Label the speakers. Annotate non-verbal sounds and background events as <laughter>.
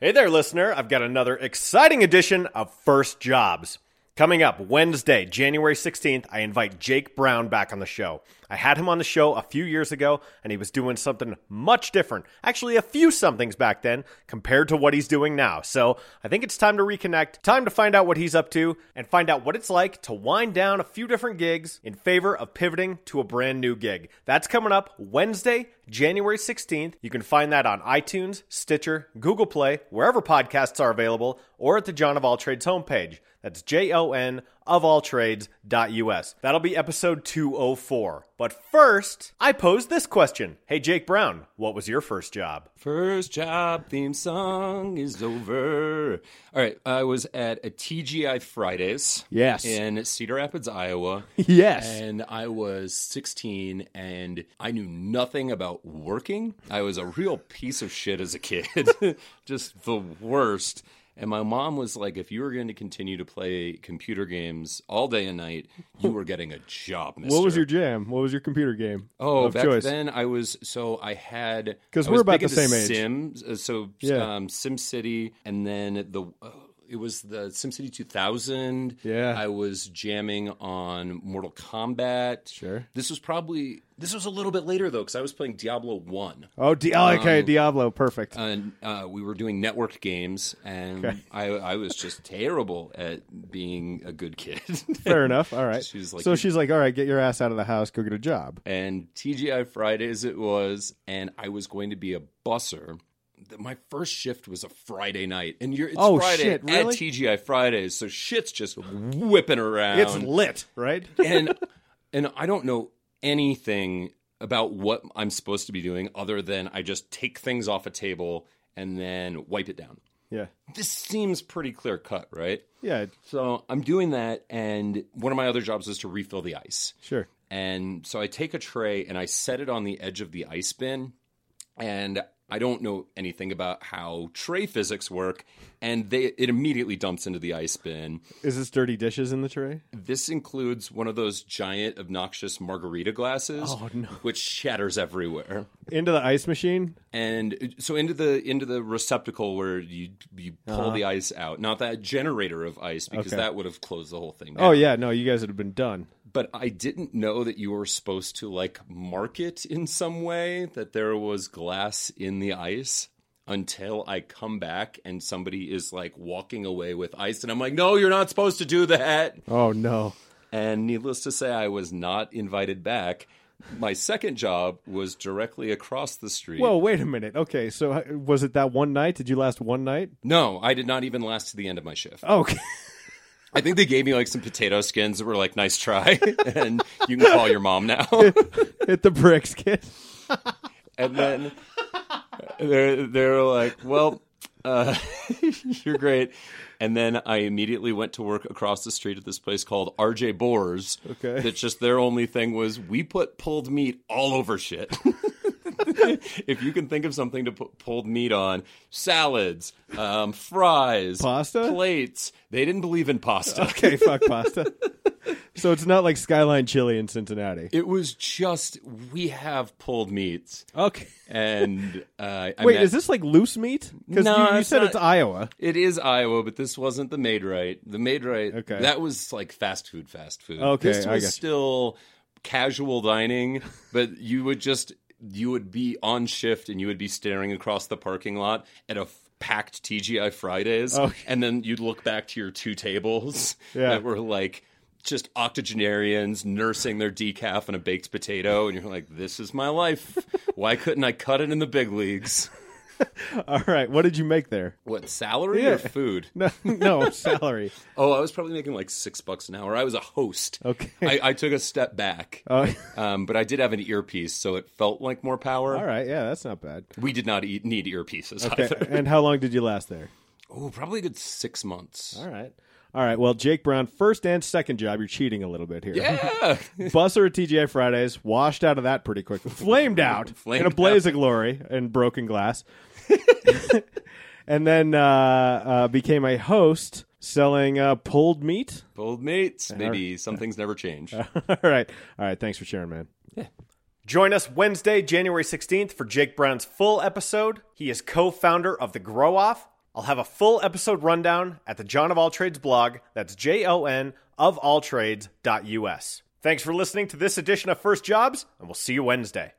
Speaker 1: Hey there, listener. I've got another exciting edition of First Jobs. Coming up Wednesday, January 16th, I invite Jake Brown back on the show. I had him on the show a few years ago, and he was doing something much different, actually, a few somethings back then, compared to what he's doing now. So I think it's time to reconnect, time to find out what he's up to, and find out what it's like to wind down a few different gigs in favor of pivoting to a brand new gig. That's coming up Wednesday, January 16th. You can find that on iTunes, Stitcher, Google Play, wherever podcasts are available, or at the John of All Trades homepage. That's J O N of all trades.us. That'll be episode 204. But first, I pose this question Hey, Jake Brown, what was your first job?
Speaker 2: First job theme song is over. All right, I was at a TGI Fridays.
Speaker 3: Yes.
Speaker 2: In Cedar Rapids, Iowa.
Speaker 3: <laughs> Yes.
Speaker 2: And I was 16 and I knew nothing about working. I was a real piece of shit as a kid, <laughs> just the worst. And my mom was like, if you were going to continue to play computer games all day and night, you were getting a job, mister.
Speaker 3: What was your jam? What was your computer game?
Speaker 2: Oh,
Speaker 3: of
Speaker 2: back
Speaker 3: choice.
Speaker 2: then I was so I had
Speaker 3: 'Cause
Speaker 2: I
Speaker 3: we're
Speaker 2: was
Speaker 3: about
Speaker 2: big
Speaker 3: the
Speaker 2: into
Speaker 3: same age.
Speaker 2: Sims, uh, so
Speaker 3: Yeah.
Speaker 2: um, Sim City, and then the uh, it was the Sim City 2000.
Speaker 3: Yeah.
Speaker 2: I was jamming on Mortal Kombat.
Speaker 3: Sure.
Speaker 2: this was probably this was a little bit later though because I was playing Diablo One
Speaker 3: Oh, Di- oh, okay, Diablo, perfect.
Speaker 2: and um, uh, we were doing networked games, and I, I was just terrible at being a good kid.
Speaker 3: Fair enough. All right.
Speaker 2: She's like,
Speaker 3: so she's like, all right, get your ass out of the house, go get a job.
Speaker 2: and TGI Fridays it was, and I was going to be a busser. The- My first shift was a Friday night, and you're it's
Speaker 3: Oh,
Speaker 2: Friday
Speaker 3: shit, really?
Speaker 2: at TGI Fridays, so shit's just whipping around.
Speaker 1: It's
Speaker 3: <laughs>
Speaker 1: lit,
Speaker 2: <laughs>
Speaker 1: right?
Speaker 2: and and I don't know anything about what I'm supposed to be doing other than I just take things off a table and then wipe it down.
Speaker 3: Yeah.
Speaker 2: This seems pretty clear cut, right?
Speaker 3: Yeah,
Speaker 2: So I'm doing that, and one of my other jobs is to refill the ice.
Speaker 3: sure.
Speaker 2: And so I take a tray and I set it on the edge of the ice bin. And I don't know anything about how tray physics work. And they, it immediately dumps into the ice bin.
Speaker 3: Is this dirty dishes in the tray?
Speaker 2: This includes one of those giant, obnoxious margarita glasses,
Speaker 3: Oh,
Speaker 2: which shatters everywhere.
Speaker 3: Into the ice machine?
Speaker 2: And so into the into the receptacle where you you pull the ice out, not that generator of ice, because
Speaker 3: Uh-huh. Okay.
Speaker 2: that would have closed the whole thing.
Speaker 3: Oh,
Speaker 2: down.
Speaker 3: yeah, no, you guys would have been done.
Speaker 2: but I didn't know that you were supposed to like mark it in some way that there was glass in the ice until I come back and somebody is like walking away with ice and I'm like, "No, you're not supposed to do that."
Speaker 3: Oh, no.
Speaker 2: And needless to say, I was not invited back. My second job was directly across the street.
Speaker 3: Well, wait a minute. Okay, so uh, was it that one night? Did you last one night? Oh,
Speaker 2: no, I did not even last to the end of my shift.
Speaker 3: Okay.
Speaker 2: I think they gave me like some potato skins that were like, "Nice try." <laughs> and you can call your mom now.
Speaker 3: <laughs> Hit the bricks, kid.
Speaker 2: and then they're they're like, "Well, uh, <laughs> you're great." And then I immediately went to work across the street at this place called RJ Boers.
Speaker 3: Okay.
Speaker 2: that's just their only thing was we put pulled meat all over shit. <laughs> if you can think of something to put pulled meat on, salads, um, fries,
Speaker 3: Pasta?
Speaker 2: plates. They didn't believe in pasta.
Speaker 3: <laughs>
Speaker 2: <laughs>
Speaker 3: Okay, fuck pasta. So it's not like Skyline Chili in Cincinnati.
Speaker 2: It was just we have pulled meats,
Speaker 3: Okay.
Speaker 2: and uh, I
Speaker 3: Wait,
Speaker 2: met-
Speaker 3: is this like loose meat? Because
Speaker 2: No,
Speaker 3: you, you
Speaker 2: it's
Speaker 3: said
Speaker 2: not-
Speaker 3: it's Iowa.
Speaker 2: It is Iowa, but this wasn't the made right. The made right
Speaker 3: Okay.
Speaker 2: that was like fast food, fast food.
Speaker 3: Okay,
Speaker 2: this was
Speaker 3: I gotcha.
Speaker 2: still casual dining, but you would just you would be on shift and you would be staring across the parking lot at a f- packed TGI Fridays,
Speaker 3: Oh, Okay.
Speaker 2: and then you'd look back to your two tables
Speaker 3: Yeah.
Speaker 2: that were like. Just octogenarians nursing their decaf and a baked potato, and you're like, "This is my life. Why couldn't I cut it in the big leagues?"
Speaker 3: All <laughs> right, what did you make there? <laughs>
Speaker 2: What salary
Speaker 3: Yeah.
Speaker 2: or food?
Speaker 3: No, no salary.
Speaker 2: Oh, I was probably making like six bucks an hour. I was a host.
Speaker 3: Okay.
Speaker 2: I, I took a step back,
Speaker 3: Oh,
Speaker 2: um, but I did have an earpiece, so it felt like more power.
Speaker 3: <laughs> all right, yeah, that's not bad.
Speaker 2: We did not eat, need earpieces
Speaker 3: Okay,
Speaker 2: either.
Speaker 3: and how long did you last there?
Speaker 2: Oh, probably a good six months.
Speaker 3: All right, all right. Well, Jake Brown, first and second job, you're cheating a little bit <laughs> here.
Speaker 2: Yeah. <laughs>
Speaker 3: Busser at TGI Fridays, washed out of that pretty quickly, flamed out
Speaker 2: Flamed
Speaker 3: in a blaze of glory and broken glass, <laughs> and then uh, uh, became a host selling uh, pulled meat. <laughs>
Speaker 2: Old mates. Maybe some things never change.
Speaker 3: all right, all right. Thanks for sharing, man.
Speaker 1: Join us Wednesday, January 16th for Jake Brown's full episode. He is co founder of The Grow Off, I'll have a full episode rundown at the John of All Trades blog. That's J O N of all trades.us. Thanks for listening to this edition of First Jobs, and we'll see you Wednesday.